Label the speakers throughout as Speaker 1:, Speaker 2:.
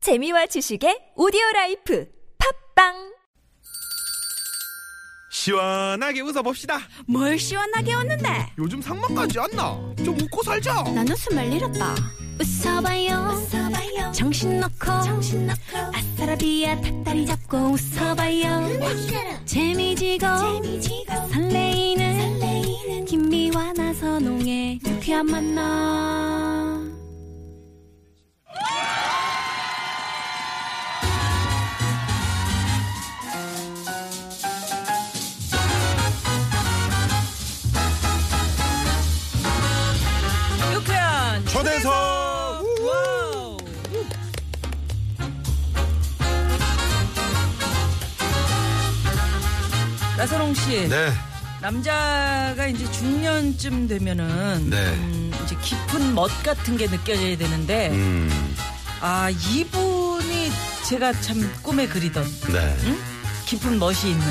Speaker 1: 재미와 지식의 오디오 라이프 팝빵
Speaker 2: 시원하게 웃어봅시다.
Speaker 3: 뭘 시원하게 웃는데
Speaker 2: 요즘 상만까지 안 나. 좀 웃고 살자.
Speaker 3: 난 웃음을 잃었다 웃어봐요, 정신 놓고 아싸라비아 닭다리 잡고 웃어봐요 재미지고, 설레이는, 김미와 나서 농에 유쾌한 만남
Speaker 4: 유쾌한
Speaker 2: 초대석.
Speaker 4: 와우 나선홍 씨
Speaker 2: 네,
Speaker 4: 남자가 이제 중년쯤 되면은
Speaker 2: 네.
Speaker 4: 음, 이제 깊은 멋 같은 게 느껴져야 되는데
Speaker 2: 음,
Speaker 4: 아 이분이 제가 참 꿈에 그리던
Speaker 2: 네.
Speaker 4: 응? 깊은 멋이 있는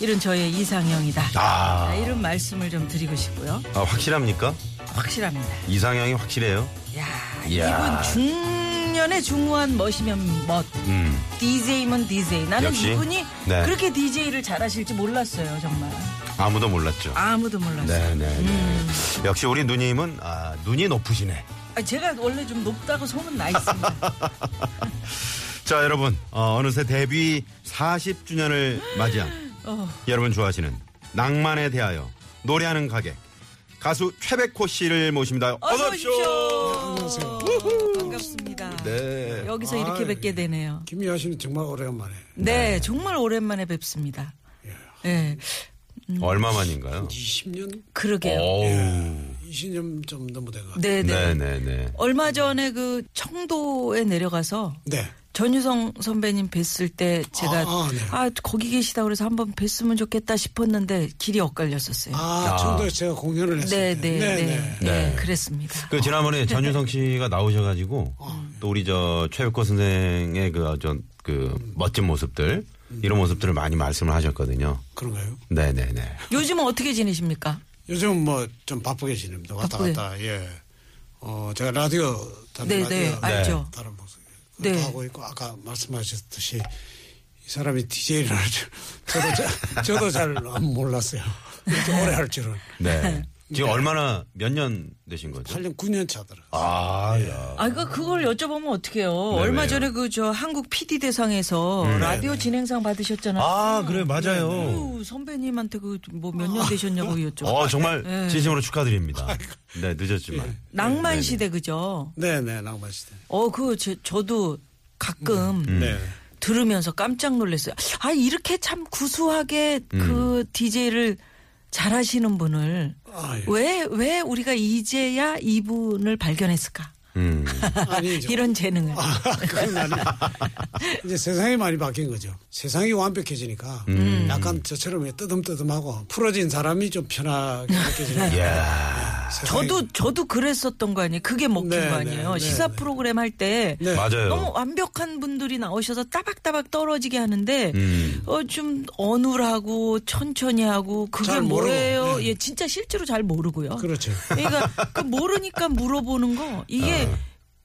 Speaker 4: 이런 저의 이상형이다
Speaker 2: 아,
Speaker 4: 아, 이런 말씀을 좀 드리고 싶고요
Speaker 2: 아, 확실합니까?
Speaker 4: 확실합니다
Speaker 2: 이상형이 확실해요.
Speaker 4: 야,
Speaker 2: 이야.
Speaker 4: 이분 중년에 중후한 멋이면 멋.
Speaker 2: 음,
Speaker 4: DJ면 DJ. 나는
Speaker 2: 역시.
Speaker 4: 이분이
Speaker 2: 네.
Speaker 4: 그렇게 DJ를 잘하실지 몰랐어요, 정말.
Speaker 2: 아무도 몰랐죠.
Speaker 4: 아무도 몰랐어요.
Speaker 2: 네, 네, 네. 역시 우리 누님은 아, 눈이 높으시네.
Speaker 4: 아, 제가 원래 좀 높다고 소문 나 있습니다.
Speaker 2: 자, 여러분 어, 느새 데뷔 40주년을 맞이한
Speaker 4: 어,
Speaker 2: 여러분 좋아하시는 낭만에 대하여 노래하는 가게 가수 최백호 씨를 모십니다.
Speaker 4: 어서
Speaker 2: 어서
Speaker 4: 오십시오. 반갑습니다.
Speaker 2: 네.
Speaker 4: 여기서 이렇게
Speaker 5: 아이.
Speaker 4: 뵙게 되네요.
Speaker 5: 김희아 씨는 정말 오래간만에
Speaker 4: 네, 정말 오랜만에 뵙습니다. 예,
Speaker 2: 음. 얼마만인가요?
Speaker 5: 20년,
Speaker 4: 그러게요.
Speaker 2: 어우.
Speaker 5: 20년 좀 넘어 돼가.
Speaker 4: 네, 네.
Speaker 2: 네, 네, 네.
Speaker 4: 얼마 전에 그 청도에 내려가서
Speaker 5: 네.
Speaker 4: 전유성 선배님 뵀을 때 제가 아,
Speaker 5: 아, 네.
Speaker 4: 거기 계시다 그래서 한번 뵀으면 좋겠다 싶었는데 길이 엇갈렸었어요.
Speaker 5: 아, 청도에 서 제가 공연을 했을
Speaker 4: 네,
Speaker 5: 때.
Speaker 4: 네, 네, 네,
Speaker 2: 네.
Speaker 4: 그랬습니다.
Speaker 2: 그 지난번에 전윤성 씨가 나오셔가지고 또 우리 저 최백호 선생의 그저그 멋진 모습들 이런 모습들을 많이 말씀을 하셨거든요.
Speaker 5: 그런가요?
Speaker 2: 네네네.
Speaker 4: 요즘은 어떻게 지내십니까?
Speaker 5: 요즘 뭐 좀 바쁘게 지냅니다. 왔다
Speaker 4: 바쁘게.
Speaker 5: 갔다. 예. 어, 제가 라디오 다른
Speaker 4: 네,
Speaker 5: 라디오
Speaker 4: 네, 알죠.
Speaker 5: 다른 목소리
Speaker 4: 네.
Speaker 5: 하고 있고 아까 말씀하셨듯이 이 사람이 DJ를 할 줄, 저도 자, 저도 잘 몰랐어요. 이렇게 오래 할 줄은.
Speaker 2: 네. 지금 얼마나 몇 년 되신 거죠?
Speaker 5: 8년 9년 차더라.
Speaker 2: 아, 야.
Speaker 4: 아, 그 그걸 여쭤보면 어떡해요. 얼마
Speaker 2: 네, 왜요? 음, 네,
Speaker 4: 전에 그 저 한국 PD 대상에서 라디오 진행상 받으셨잖아요.
Speaker 2: 아, 그래, 맞아요. 아.
Speaker 4: 아유, 선배님한테 그 뭐 몇 년 되셨냐고 여쭤.
Speaker 2: 어, 정말 진심으로 축하드립니다. 네, 늦었지만.
Speaker 4: 낭만
Speaker 2: 네, 네.
Speaker 4: 시대 그죠?
Speaker 5: 네, 네, 낭만 시대.
Speaker 4: 어, 그 저, 저도 가끔
Speaker 2: 음.
Speaker 5: 네.
Speaker 4: 들으면서 깜짝 놀랐어요. 아, 이렇게 참 구수하게
Speaker 5: 음.
Speaker 4: 그 DJ를 잘 하시는 분을
Speaker 5: 아, 예.
Speaker 4: 왜, 왜 우리가 이제야 이분을 발견했을까?
Speaker 2: 음.
Speaker 5: 아니죠.
Speaker 4: 이런 재능을.
Speaker 5: 그건 아니. 이제 세상이 많이 바뀐 거죠. 세상이 완벽해지니까
Speaker 2: 음.
Speaker 5: 약간 저처럼 왜 뜨듬뜨듬하고 풀어진 사람이 좀 편하게 느껴지는 거예요. 네,
Speaker 2: 야
Speaker 5: 세상이-
Speaker 4: 저도, 저도 그랬었던 거 아니에요? 그게 먹힌
Speaker 5: 네,
Speaker 4: 거
Speaker 5: 네,
Speaker 4: 아니에요?
Speaker 5: 네,
Speaker 4: 시사
Speaker 5: 네.
Speaker 4: 프로그램 할 때
Speaker 5: 네.
Speaker 2: 맞아요.
Speaker 4: 너무 완벽한 분들이 나오셔서 따박따박 떨어지게 하는데
Speaker 2: 음.
Speaker 4: 어, 좀 어눌하고 천천히 하고 그게
Speaker 5: 잘 모르고,
Speaker 4: 뭐예요?
Speaker 5: 네.
Speaker 4: 예, 진짜 실제로 잘 모르고요.
Speaker 5: 그렇죠.
Speaker 4: 그러니까 그 모르니까 물어보는 거 이게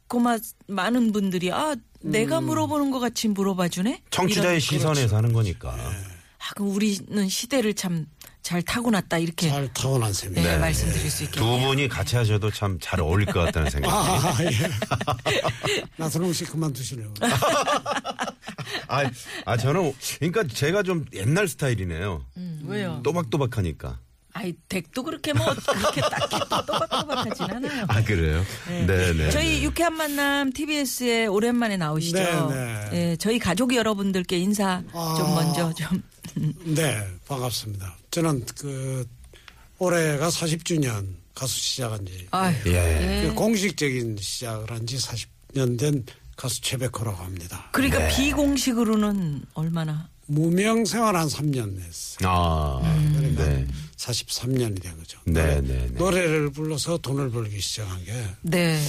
Speaker 4: 고마 많은 분들이 아 내가 물어보는 것 같이 물어봐 주네.
Speaker 2: 음. 청취자의
Speaker 4: 그렇죠.
Speaker 2: 시선에서 하는 거니까.
Speaker 4: 아, 그럼 우리는 시대를 참 잘 타고났다 이렇게
Speaker 5: 잘 타고난 셈이에요.
Speaker 4: 네, 말씀드릴 수
Speaker 2: 두
Speaker 4: 있겠네요.
Speaker 2: 분이 같이 하셔도 참 잘 어울릴 것 같다는 생각이 듭니다.
Speaker 5: 아, 예. 나선홍 씨 그만두시네요.
Speaker 2: 아, 아 저는 그러니까 제가 좀 옛날 스타일이네요.
Speaker 4: 음, 왜요?
Speaker 2: 또박또박하니까.
Speaker 4: 아이 댁도 그렇게 뭐 그렇게 딱히 또 또박또박하진 않아요.
Speaker 2: 아 그래요? 네, 네.
Speaker 4: 저희 유쾌한 만남 TBS에 오랜만에 나오시죠.
Speaker 5: 네, 네.
Speaker 4: 예, 저희 가족 여러분들께 인사 좀
Speaker 5: 아.
Speaker 4: 먼저 좀.
Speaker 5: 네, 반갑습니다. 저는 그 올해가 40주년 가수 시작한 지
Speaker 4: 아유, 네.
Speaker 2: 예.
Speaker 5: 그 공식적인 시작을 한 지 40년 된 가수 최백호라고 합니다.
Speaker 4: 그러니까
Speaker 2: 네.
Speaker 4: 비공식으로는 얼마나
Speaker 5: 무명 생활 한 3년 했어요.
Speaker 2: 아,
Speaker 4: 음.
Speaker 5: 그러니까
Speaker 2: 네.
Speaker 5: 43년이 된 거죠.
Speaker 2: 네,
Speaker 5: 노래-
Speaker 2: 네, 네.
Speaker 5: 노래를 불러서 돈을 벌기 시작한 게,
Speaker 4: 네.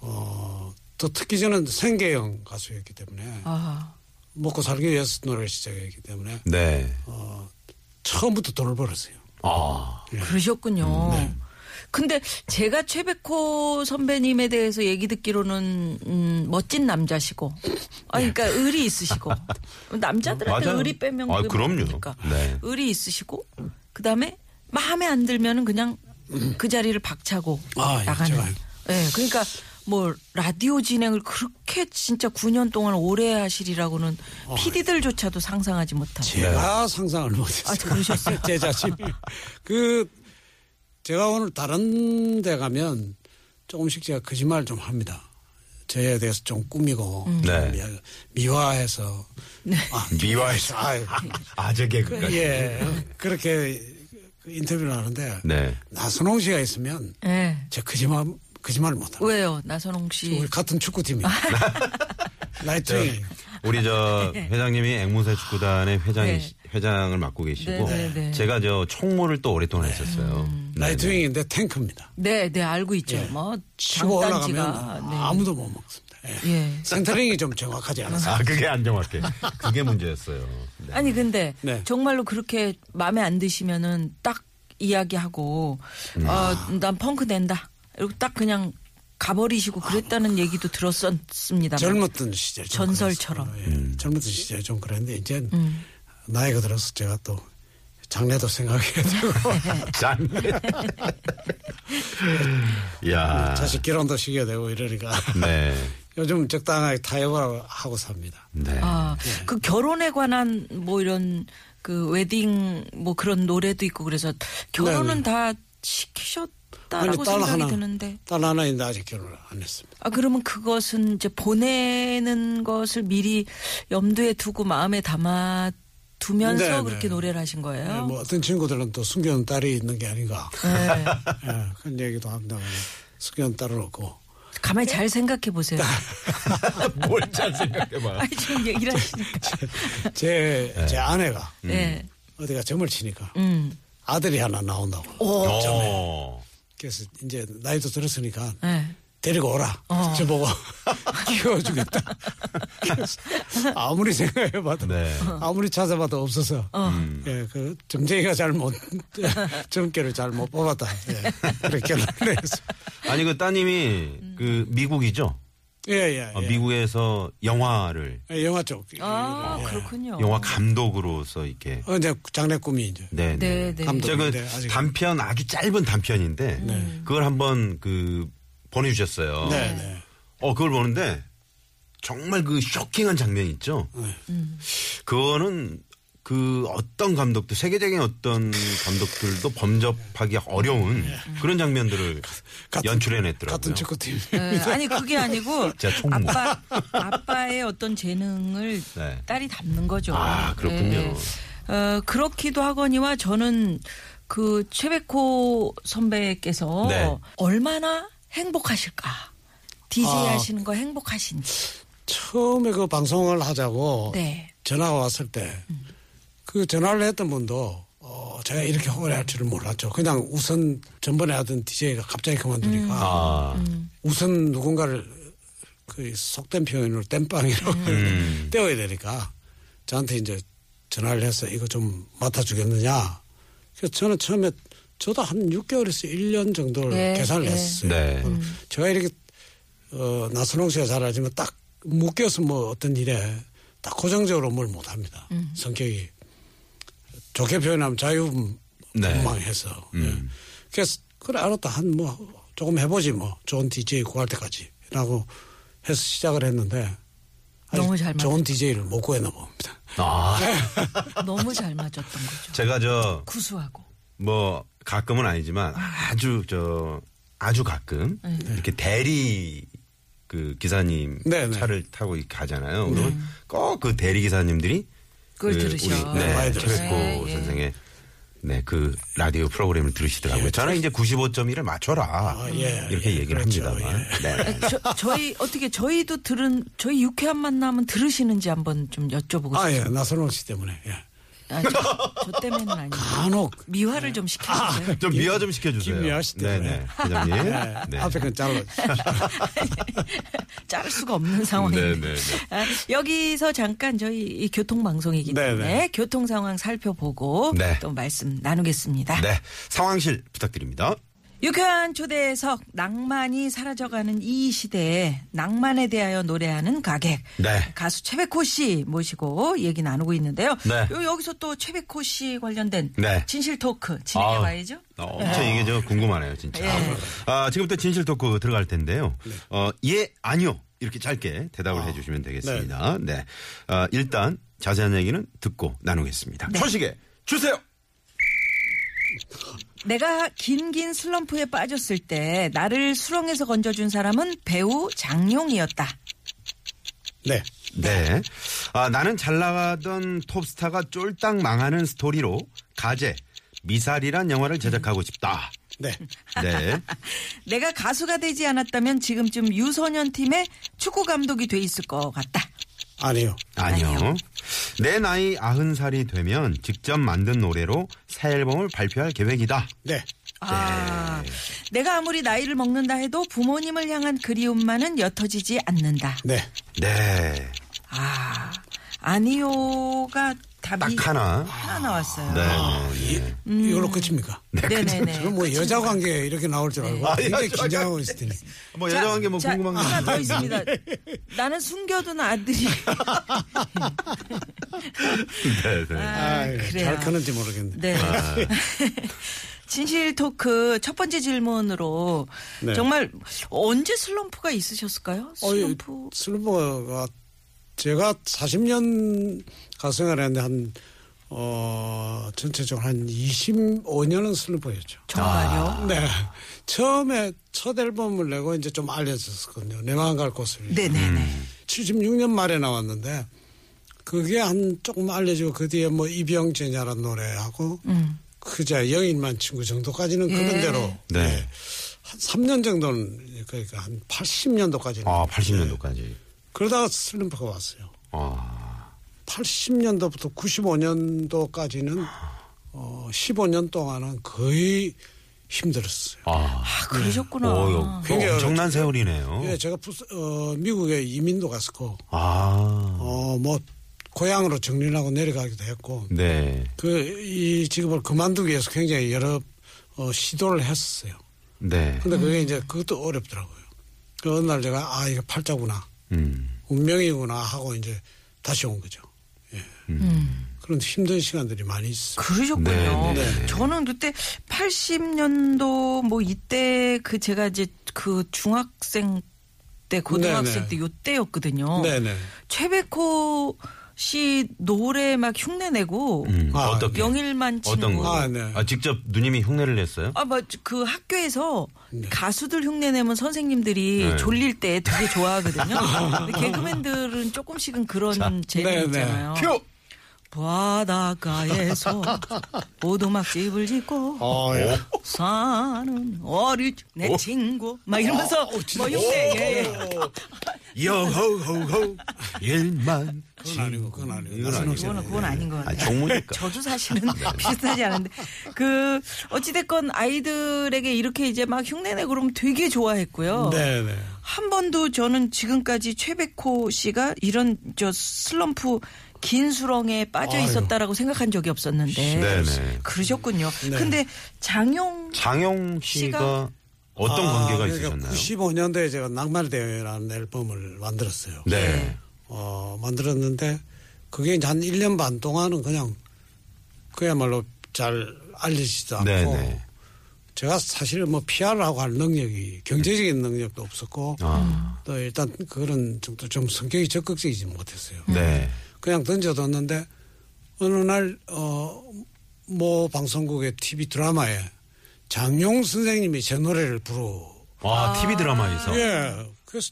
Speaker 5: 어, 또 특히 저는 생계형 가수였기 때문에,
Speaker 4: 아.
Speaker 5: 먹고 살기 위해서 노래를 시작했기 때문에,
Speaker 2: 네.
Speaker 5: 어, 처음부터 돈을 벌었어요.
Speaker 2: 아,
Speaker 4: 그러셨군요. 근데 제가 최백호 선배님에 대해서 얘기 듣기로는 음, 멋진 남자시고, 아, 그러니까 의리 있으시고 남자들한테
Speaker 2: 네. 맞아요.
Speaker 4: 의리 빼면
Speaker 2: 아,
Speaker 4: 그게
Speaker 2: 그럼요.
Speaker 4: 뭡니까?
Speaker 2: 네.
Speaker 4: 의리 있으시고 그 다음에 마음에 안 들면은 그냥 그 자리를 박차고
Speaker 5: 아, 예,
Speaker 4: 나가는.
Speaker 5: 제가
Speaker 4: 예, 그러니까 뭐 라디오 진행을 그렇게 진짜 9년 동안 오래 하시리라고는
Speaker 2: 어,
Speaker 4: PD들조차도 상상하지 못한.
Speaker 5: 제가 상상을 못했어요.
Speaker 4: 아, 그러셨어요?
Speaker 5: 제 자신. 그 제가 오늘 다른 데 가면 조금씩 제가 거짓말을 좀 합니다. 저에 대해서 좀 꾸미고
Speaker 2: 네.
Speaker 5: 미- 미화해서
Speaker 4: 네.
Speaker 5: 아,
Speaker 2: 미화해서.
Speaker 5: 아유,
Speaker 2: 아재 개그까지.
Speaker 5: 예 그렇게 그 인터뷰를 하는데
Speaker 2: 네.
Speaker 5: 나선홍 씨가 있으면
Speaker 4: 예.
Speaker 5: 제 거짓말 거짓말을 못합니다.
Speaker 4: 왜요, 나선홍 씨?
Speaker 5: 우리 같은 축구팀이에요. 나이트윙.
Speaker 2: 우리 저 회장님이 앵무새 축구단의 회장
Speaker 4: 네.
Speaker 2: 회장을 맡고 계시고
Speaker 4: 네, 음. 네, 네.
Speaker 2: 제가 저 총무를 또 오랫동안 했었어요. 네,
Speaker 5: 나이트윙인데 탱크입니다. 예.
Speaker 4: 네, 네 알고 있죠. 뭐
Speaker 5: 치고 올라가면
Speaker 4: 장단지가 네.
Speaker 5: 아무도 못 먹습니다. 예.
Speaker 4: 예.
Speaker 5: 센터링이 좀 정확하지 않아서.
Speaker 2: 아 그게 안 정확해. 그게 문제였어요. 네.
Speaker 4: 아니 근데
Speaker 5: 네.
Speaker 4: 정말로 그렇게 마음에 안 드시면은 딱 이야기하고
Speaker 5: 음.
Speaker 4: 어, 난 펑크 낸다. 이러고 딱 그냥 가버리시고 그랬다는 얘기도 들었었습니다.
Speaker 5: 젊었던 시절 좀
Speaker 4: 전설처럼. 음.
Speaker 5: 그랬어요. 예. 젊었던 시절 좀 그랬는데 이제 나이가 들어서 제가 또 장래도 생각해야 되고
Speaker 2: 짠. 야.
Speaker 5: 자식 결혼도 시켜야 되고 이러니까
Speaker 2: 네.
Speaker 5: 요즘 적당하게 타협을 하고 삽니다.
Speaker 2: 네.
Speaker 4: 아,
Speaker 5: 예.
Speaker 4: 그 결혼에 관한 뭐 이런 그 웨딩 뭐 그런 노래도 있고 그래서
Speaker 5: 네,
Speaker 4: 결혼은 다 시키셨다라고 생각이 드는데
Speaker 5: 그러니까 딸 하나인데 아직 결혼을 안 했습니다.
Speaker 4: 아 그러면 그것은 이제 보내는 것을 미리 염두에 두고 마음에 담아 두면서
Speaker 5: 네, 네.
Speaker 4: 그렇게 노래를 하신 거예요.
Speaker 5: 예, 뭐 어떤 친구들은 또 숨겨놓은 딸이 있는 게 아닌가
Speaker 4: 네.
Speaker 5: 예, 그런 얘기도 합니다. 숨겨놓은 딸은 없고
Speaker 4: 가만히
Speaker 5: 네.
Speaker 4: 잘 생각해 보세요.
Speaker 2: 뭘잘
Speaker 5: 네.
Speaker 2: 생각해봐.
Speaker 4: 아니 지금 얘기를 하시니까.
Speaker 5: 제, 제 아내가
Speaker 4: 네.
Speaker 5: 어디가 점을 치니까
Speaker 4: 음.
Speaker 5: 아들이 하나 나온다고
Speaker 4: 어.
Speaker 2: 오.
Speaker 5: 그래서 이제 나이도 들었으니까
Speaker 4: 네.
Speaker 5: 데리고 오라.
Speaker 4: 어.
Speaker 5: 저보고 키워주겠다. 그래서 아무리 생각해봐도
Speaker 2: 네.
Speaker 5: 아무리 찾아봐도 없어서 예, 그 점쟁이가 잘못 점괘를 잘 못 뽑았다. 예, 그렇게 결론을 내렸어.
Speaker 2: 아니 그 따님이
Speaker 4: 음.
Speaker 2: 그 미국이죠.
Speaker 5: 예예. 예,
Speaker 2: 어, 미국에서 영화를
Speaker 5: 영화 쪽. 예.
Speaker 4: 아 그렇군요.
Speaker 2: 영화 감독으로서 이렇게.
Speaker 5: 어, 이제 장래 꿈이 이제
Speaker 2: 네.
Speaker 4: 네, 네.
Speaker 5: 감독.
Speaker 2: 제가
Speaker 5: 네, 아직은.
Speaker 2: 단편 아주 짧은 단편인데 그걸 한번 그 보내주셨어요.
Speaker 5: 네, 네.
Speaker 2: 어 그걸 보는데 정말 그 쇼킹한 장면 이 있죠.
Speaker 5: 네.
Speaker 2: 그거는 그 어떤 감독도 세계적인 어떤 감독들도 범접하기 어려운 그런 장면들을
Speaker 5: 네. 같은-
Speaker 2: 연출해냈더라고요.
Speaker 5: 같은 축구팀.
Speaker 4: 네, 아니 그게 아니고
Speaker 2: 진짜 총무.
Speaker 4: 아빠 아빠의 어떤 재능을
Speaker 2: 음. 네.
Speaker 4: 딸이 담는 거죠.
Speaker 2: 아, 그렇군요.
Speaker 4: 어, 그렇기도 하거니와 저는 그 최백호 선배께서
Speaker 2: 네.
Speaker 4: 얼마나 행복하실까. DJ
Speaker 5: 아.
Speaker 4: 하시는 거 행복하신지.
Speaker 5: 처음에 그 방송을 하자고
Speaker 4: 네. 음.
Speaker 5: 전화가 왔을 때 그 전화를 했던 분도 어, 제가 이렇게 호응할 줄은 몰랐죠. 그냥 우선 전번에 하던 DJ가 갑자기 그만두니까
Speaker 2: 아,
Speaker 5: 우선 누군가를 그 속된 표현으로 땜빵이라고
Speaker 2: 음.
Speaker 5: 떼어야 되니까 저한테 이제 전화를 해서 이거 좀 맡아주겠느냐. 그래서 저는 처음에 저도 한 6개월에서 1년 정도를
Speaker 4: 예,
Speaker 5: 계산을
Speaker 4: 예.
Speaker 5: 했어요.
Speaker 2: 네.
Speaker 5: 어, 제가 이렇게 어, 나선홍 씨가 잘 알지만 딱 묶여서 뭐 어떤 일에 딱 고정적으로 뭘 못합니다. 성격이 좋게 표현하면
Speaker 2: 네. 음.
Speaker 5: 자유분방해서. 예. 그래서 그래 알았다 한 뭐 조금 해보지 뭐 좋은 DJ 구할 때까지라고 해서 시작을 했는데 아직
Speaker 4: 너무 잘
Speaker 5: 좋은 DJ를 못 구해나 봅니다.
Speaker 2: 아.
Speaker 4: 너무 잘 맞았던 거죠.
Speaker 2: 제가 저
Speaker 4: 구수하고.
Speaker 2: 뭐 가끔은 아니지만 아주 저 아주 가끔
Speaker 4: 네.
Speaker 2: 이렇게 대리 그 기사님
Speaker 5: 네, 네.
Speaker 2: 차를 타고 이렇게 가잖아요. 그러면 꼭 그 대리 기사님들이
Speaker 4: 네. 그걸
Speaker 2: 그
Speaker 4: 들으셔.
Speaker 2: 우리 네,
Speaker 5: 많이 들었어요.
Speaker 2: 최백호
Speaker 4: 예, 예.
Speaker 2: 선생의 네, 그 라디오 프로그램을 들으시더라고요. 저는 이제 95.1을 맞춰라.
Speaker 5: 그렇죠. 예,
Speaker 2: 이렇게
Speaker 5: 예,
Speaker 2: 얘기를
Speaker 5: 그렇죠.
Speaker 2: 합니다만. 네.
Speaker 4: 저, 저희 어떻게 저희도 들은 저희 유쾌한 만남은 들으시는지 한번 좀 여쭤보고 싶어요.
Speaker 5: 아 예, 나선홍 씨 때문에 예.
Speaker 4: 아, 저, 저 때문에는 아니고
Speaker 5: 간혹
Speaker 2: 네.
Speaker 4: 미화를 좀 시켜주세요.
Speaker 2: 좀 미화 좀 시켜주세요.
Speaker 5: 김미화 씨 때문에.
Speaker 2: 네네. 회장님.
Speaker 5: 예,
Speaker 2: 네.
Speaker 4: 아,
Speaker 5: 앞에 건 잘라.
Speaker 4: 자를 수가 없는 상황인데
Speaker 2: 아. 네, 네, 네.
Speaker 4: 아, 여기서 잠깐 저희 이 교통 방송이기
Speaker 5: 네,
Speaker 4: 때문에
Speaker 5: 네.
Speaker 4: 교통 상황 살펴보고
Speaker 2: 네.
Speaker 4: 또 말씀 나누겠습니다.
Speaker 2: 네. 상황실 부탁드립니다.
Speaker 4: 유쾌한 초대석 낭만이 사라져가는 이 시대에 낭만에 대하여 노래하는 가객
Speaker 2: 네.
Speaker 4: 가수 최백호 씨 모시고 얘기 나누고 있는데요.
Speaker 2: 네.
Speaker 4: 요- 여기서 또 최백호 씨 관련된
Speaker 2: 네.
Speaker 4: 진실 토크 진행해 봐야죠.
Speaker 2: 아, 엄청 이게 저 궁금하네요, 진짜. 아, 지금부터 진실 토크 들어갈 텐데요. 어, 예, 아니요. 이렇게 짧게 대답을 해주시면 되겠습니다. 아. 네. 아, 일단 자세한 얘기는 듣고 나누겠습니다. 초식에 주세요!
Speaker 4: 내가 긴긴 슬럼프에 빠졌을 때 나를 수렁에서 건져준 사람은 배우 장용이었다.
Speaker 5: 네.
Speaker 2: 네. 아, 나는 잘 나가던 톱스타가 쫄딱 망하는 스토리로 가제, 미살이란 영화를 제작하고 싶다.
Speaker 5: 네.
Speaker 2: 네.
Speaker 4: 내가 가수가 되지 않았다면 지금쯤 유소년 팀의 축구 감독이 돼 있을 것 같다.
Speaker 5: 아니요.
Speaker 2: 아니요. 내 나이 아흔 살이 되면 직접 만든 노래로 새 앨범을 발표할 계획이다.
Speaker 5: 네.
Speaker 4: 아, 내가 아무리 나이를 먹는다 해도 부모님을 향한 그리움만은 옅어지지 않는다.
Speaker 5: 네.
Speaker 2: 네.
Speaker 4: 아, 아니요가 답이
Speaker 2: 딱 하나.
Speaker 4: 하나 나왔어요.
Speaker 2: 네.
Speaker 5: 이걸로 끝입니까?
Speaker 4: 음. 네네네. 네.
Speaker 5: 저는 뭐 여자 관계 이렇게 나올 줄 알고 굉장히 긴장하고 있을 텐데.
Speaker 2: 뭐
Speaker 4: 자,
Speaker 2: 여자관계 뭐
Speaker 4: 자,
Speaker 2: 궁금한 거
Speaker 4: 하나 더
Speaker 2: 있나요?
Speaker 4: 있습니다. 나는 숨겨둔 아들이
Speaker 2: 네, 네.
Speaker 5: 아,
Speaker 4: 그래요.
Speaker 5: 잘 크는지 모르겠네.
Speaker 4: 네.
Speaker 2: 아.
Speaker 4: 진실 토크 첫 번째 질문으로
Speaker 5: 네.
Speaker 4: 정말 언제 슬럼프가 있으셨을까요?
Speaker 5: 어, 예.
Speaker 4: 슬럼프.
Speaker 5: 슬럼프가 제가 40년 가수생활 했는데 한, 어, 전체적으로 한 25년은 슬럼프였죠.
Speaker 4: 정말요?
Speaker 2: 아.
Speaker 5: 네. 처음에 첫 앨범을 내고 이제 좀 알려졌었거든요. 내 마음 갈 곳을.
Speaker 4: 네네네.
Speaker 2: 음.
Speaker 5: 76년 말에 나왔는데 그게 한 조금 알려지고 그 뒤에 뭐 이병재냐라는 노래하고
Speaker 4: 음.
Speaker 5: 그자 영인만 친구 정도까지는
Speaker 4: 예.
Speaker 5: 그런 대로
Speaker 2: 네.
Speaker 5: 한 3년 정도는 그러니까 한 80년도까지는
Speaker 2: 아, 80년도까지.
Speaker 5: 그러다가 슬럼프가 왔어요.
Speaker 2: 아.
Speaker 5: 80년도부터 95년도까지는 어 15년 동안은 거의 힘들었어요.
Speaker 2: 아.
Speaker 4: 아, 그러셨구나.
Speaker 2: 오,
Speaker 5: 굉장히
Speaker 2: 엄청난 세월이네요.
Speaker 5: 예, 제가 부스, 어, 미국에 이민도 갔었고
Speaker 2: 아.
Speaker 5: 어 뭐 고향으로 정리하고 내려가기도 했고
Speaker 2: 네.
Speaker 5: 그 이 직업을 그만두기 위해서 굉장히 여러 어, 시도를 했었어요.
Speaker 2: 네.
Speaker 5: 근데 그게 이제 그것도 어렵더라고요. 그 어느 날 제가 아 이거 팔자구나
Speaker 2: 음.
Speaker 5: 운명이구나 하고 이제 다시 온 거죠. 예. 그런 힘든 시간들이 많이 있어요.
Speaker 4: 그러셨군요.
Speaker 2: 네, 네, 네.
Speaker 4: 저는 그때 80년도 뭐 이때 그 제가 이제 그 중학생 때 고등학생
Speaker 5: 네, 네.
Speaker 4: 때 요때였거든요.
Speaker 5: 네네.
Speaker 4: 최백호 씨 노래 막 흉내 내고
Speaker 2: 음.
Speaker 5: 아,
Speaker 2: 어떻게?
Speaker 4: 영일만
Speaker 2: 어떤
Speaker 4: 친구
Speaker 2: 거?
Speaker 5: 아, 네.
Speaker 2: 아, 직접 누님이 흉내를 냈어요?
Speaker 4: 아, 뭐, 그 학교에서 가수들 흉내 내면 선생님들이
Speaker 2: 네.
Speaker 4: 졸릴 때 되게 좋아하거든요. 근데 개그맨들은 조금씩은 그런
Speaker 5: 네, 네.
Speaker 4: 재미 있잖아요. 바닷가에서 오두막집을 짓고
Speaker 5: 어, 예.
Speaker 4: 사는 어릴 적- 내 친구 막 이러면서 뭐 흉내 예, 예.
Speaker 2: 여호호호 일만
Speaker 5: 그건 아니고 그건 아니고
Speaker 2: 이건
Speaker 5: 나선홍
Speaker 2: 아니고.
Speaker 5: 씨.
Speaker 4: 그건 그건 아닌 것
Speaker 2: 아,
Speaker 4: 같아요.
Speaker 2: 정모니까.
Speaker 4: 저도 사실은 비슷하지 않은데 그 어찌됐건 아이들에게 이렇게 이제 막 흉내내고 그러면 되게 좋아했고요.
Speaker 5: 네네.
Speaker 4: 한 번도 저는 지금까지 최백호 씨가 이런 저 슬럼프 긴 수렁에 빠져 있었다라고 생각한 적이 없었는데
Speaker 2: 네네.
Speaker 4: 그러셨군요. 근데 장용
Speaker 2: 장영 씨가
Speaker 4: 씨가-
Speaker 2: 어떤 관계가
Speaker 5: 그러니까
Speaker 2: 있으셨나요?
Speaker 5: 95년도에 제가 낭만대회라는 앨범을 만들었어요.
Speaker 2: 네.
Speaker 5: 어, 만들었는데 그게 이제 한 1년 반 동안은 그냥 그야말로 잘 알려지지도 않고
Speaker 2: 네네.
Speaker 5: 제가 사실 뭐 PR을 하고 할 능력이 경제적인 능력도 없었고
Speaker 2: 아.
Speaker 5: 또 일단 그런 좀도좀 성격이 적극적이지 못했어요.
Speaker 2: 네.
Speaker 5: 그냥 던져뒀는데 어느 날 어, 모 방송국의 TV 드라마에 장용 선생님이 제 노래를 부르
Speaker 2: 와, TV 드라마에서.
Speaker 5: 예. 그래서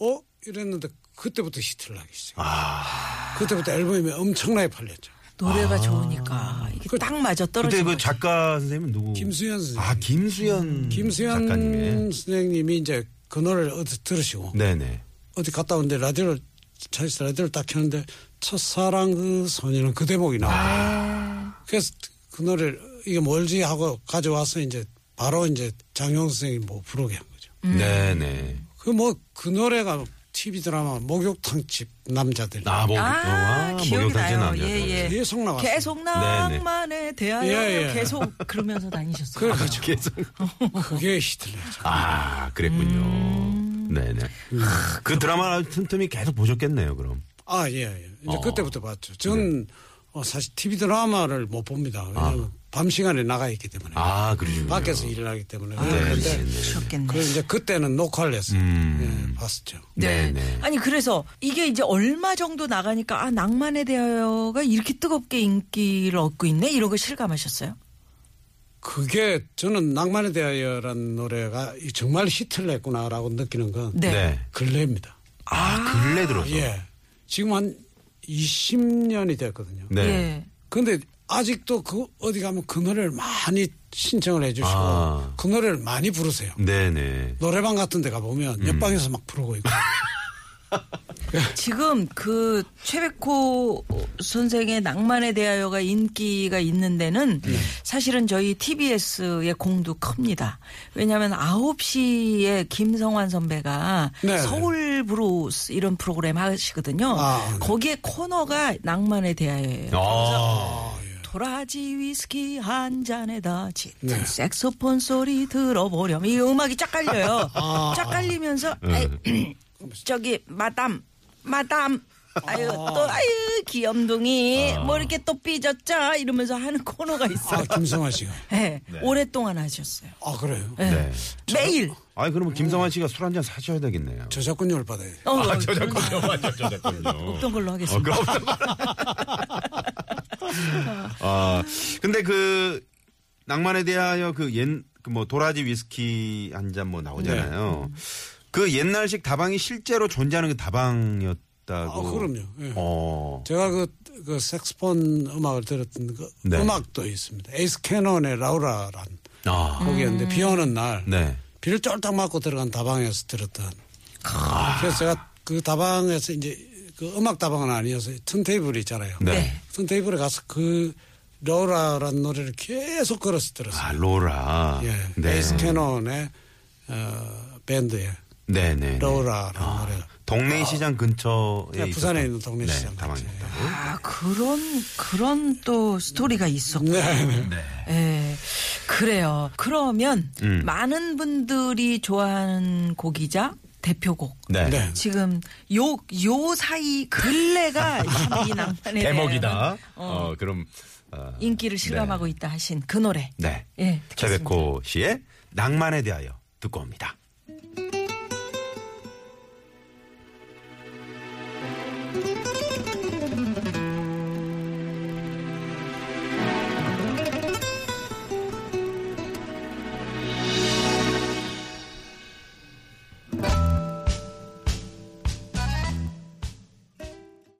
Speaker 5: 어 이랬는데 그때부터 히트를 하기 시작.
Speaker 2: 아.
Speaker 5: 그때부터 앨범이 엄청나게 팔렸죠.
Speaker 4: 노래가 좋으니까 이게
Speaker 5: 그-
Speaker 4: 딱 맞아
Speaker 2: 그때
Speaker 4: 떨어진
Speaker 2: 그
Speaker 4: 거죠.
Speaker 2: 작가 선생님은 누구?
Speaker 5: 김수현 선생님.
Speaker 4: 음.
Speaker 2: 아, 김수현.
Speaker 5: 김수현
Speaker 2: 작가님의.
Speaker 5: 선생님이 이제 그 노래를 어디 들으시고
Speaker 2: 네네.
Speaker 5: 어디 갔다 오는데 라디오를 차에서 라디오를 딱 켰는데 첫사랑 그 소녀는 그 대목이 나와요.
Speaker 2: 아.
Speaker 5: 그래서 그 노래를 이게 뭘지 하고 가져와서 이제
Speaker 4: 음.
Speaker 5: 바로 이제 장영 선생님 뭐 부르게 한 거죠.
Speaker 2: 네네.
Speaker 5: 그 뭐 그 노래가 TV 드라마 목욕탕 집 남자들.
Speaker 2: 아, 목,
Speaker 4: 아,
Speaker 2: 아,
Speaker 4: 기억이
Speaker 2: 목욕탕
Speaker 4: 나요.
Speaker 2: 남자.
Speaker 4: 예, 예.
Speaker 5: 계속 나왔어요.
Speaker 4: 계속
Speaker 2: 네,
Speaker 4: 낭만에 대하여
Speaker 5: 예, 그렇죠. 예.
Speaker 4: 계속 그러면서 다니셨어요.
Speaker 5: 그래 가지고
Speaker 2: 계속.
Speaker 5: 그게 히틀러죠.
Speaker 2: 아, 그랬군요.
Speaker 4: 음.
Speaker 2: 네네. 그 드라마 틈틈이 계속 보셨겠네요, 그럼.
Speaker 5: 아, 예, 예. 이제
Speaker 2: 어. 네.
Speaker 5: 그때부터 봤죠. 전 어, 사실 TV 드라마를 못 봅니다. 왜냐면 밤 시간에 나가 있기 때문에.
Speaker 2: 아, 그러시군요.
Speaker 5: 밖에서 일을 하기 때문에.
Speaker 2: 네,
Speaker 5: 그런데
Speaker 2: 네, 네.
Speaker 4: 그러셨겠네.
Speaker 5: 그래서 이제 그때는 녹화를 했어요.
Speaker 2: 음.
Speaker 5: 예, 봤었죠.
Speaker 4: 네.
Speaker 2: 네네.
Speaker 4: 아니 그래서 이게 이제 얼마 정도 나가니까 아 낭만에 대하여가 이렇게 뜨겁게 인기를 얻고 있네 이런 걸 실감하셨어요?
Speaker 5: 그게 저는 낭만에 대하여라는 노래가 이 정말 히트를 했구나라고 느끼는 건
Speaker 4: 네.
Speaker 5: 근래입니다.
Speaker 2: 아, 근래 들어서.
Speaker 5: 예. 지금 한 20년이 됐거든요.
Speaker 2: 네.
Speaker 4: 예.
Speaker 5: 근데 아직도 그 어디 가면 그 노래를 많이 신청을 해주시고
Speaker 2: 아.
Speaker 5: 그 노래를 많이 부르세요.
Speaker 2: 네네.
Speaker 5: 노래방 같은 데 가보면
Speaker 2: 음.
Speaker 5: 옆방에서 막 부르고 아, 있고.
Speaker 4: 지금 그 최백호 선생의 낭만에 대하여가 인기가 있는 데는 사실은 저희 TBS의 공도 큽니다. 왜냐하면 9시에 김성환 선배가
Speaker 5: 네,
Speaker 4: 서울 브루스 이런 프로그램 하시거든요.
Speaker 5: 아, 네.
Speaker 4: 거기에 코너가 낭만에 대하여예요.
Speaker 2: 아,
Speaker 4: 도라지 위스키 한 잔에다 짙은 색소폰 소리 들어보렴. 이 음악이 쫙 깔려요. 쫙 깔리면서 아이, 저기 마담 마담 아유 또 아유 귀염둥이 뭐 이렇게 또 삐졌자 이러면서 하는 코너가
Speaker 5: 아,
Speaker 4: 있어요.
Speaker 5: 김성환 씨가.
Speaker 4: 네, 오랫동안 하셨어요.
Speaker 5: 아, 그래요?
Speaker 4: 네.
Speaker 2: 네.
Speaker 4: 매일
Speaker 2: 아니, 그러면 김성환 씨가 술 한 잔 사셔야 되겠네요.
Speaker 5: 저작권료를 받아야 돼요.
Speaker 4: 어,
Speaker 2: 저작권요, 맞아, 저작권요.
Speaker 4: 어떤 걸로
Speaker 2: 어,
Speaker 4: 하겠습니다.
Speaker 2: 그럼. 아, 근데 그 낭만에 대하여 그옛그뭐 도라지 위스키 한 잔 뭐 나오잖아요.
Speaker 5: 네.
Speaker 2: 그 옛날식 다방이 실제로 존재하는 게 다방이었다고.
Speaker 5: 아, 그럼요. 예.
Speaker 2: 어.
Speaker 5: 제가 그, 그 색스폰 음악을 들었던 그
Speaker 2: 네.
Speaker 5: 음악도 있습니다. 에이스 캐논의 라우라란
Speaker 2: 아.
Speaker 5: 곡이었는데 비 오는 날
Speaker 2: 네.
Speaker 5: 비를 쫄딱 맞고 들어간 다방에서 들었던.
Speaker 2: 아.
Speaker 5: 그래서 제가 그 다방에서 이제 그 음악 다방은 아니어서 턴테이블 있잖아요.
Speaker 2: 네.
Speaker 5: 턴테이블에 가서 그 라우라란 노래를 계속 걸어서 들었어요.
Speaker 2: 아, 로라.
Speaker 5: 예.
Speaker 2: 네.
Speaker 5: 에이스 캐논의 어, 밴드의
Speaker 2: 네, 네.
Speaker 5: 라우라라는 노래가
Speaker 2: 동네 시장 근처에
Speaker 5: 네, 부산에
Speaker 2: 있었던-
Speaker 5: 있는 동네 시장
Speaker 2: 네,
Speaker 5: 근처에.
Speaker 2: 다방이었다고.
Speaker 4: 아 그런 그런 또 스토리가 있었고.
Speaker 5: 네, 네.
Speaker 4: 예. 그래요. 그러면
Speaker 2: 음.
Speaker 4: 많은 분들이 좋아하는 곡이자 대표곡.
Speaker 2: 네.
Speaker 5: 네.
Speaker 4: 지금 요 요 사이 근래가 참이 낭만에
Speaker 2: 대목이다.
Speaker 5: 네.
Speaker 4: 대한
Speaker 2: 어, 그럼 어,
Speaker 4: 인기를 실감하고 있다 하신 그 노래.
Speaker 2: 네.
Speaker 4: 예.
Speaker 2: 최백호 씨의 낭만에 대하여 듣고 옵니다.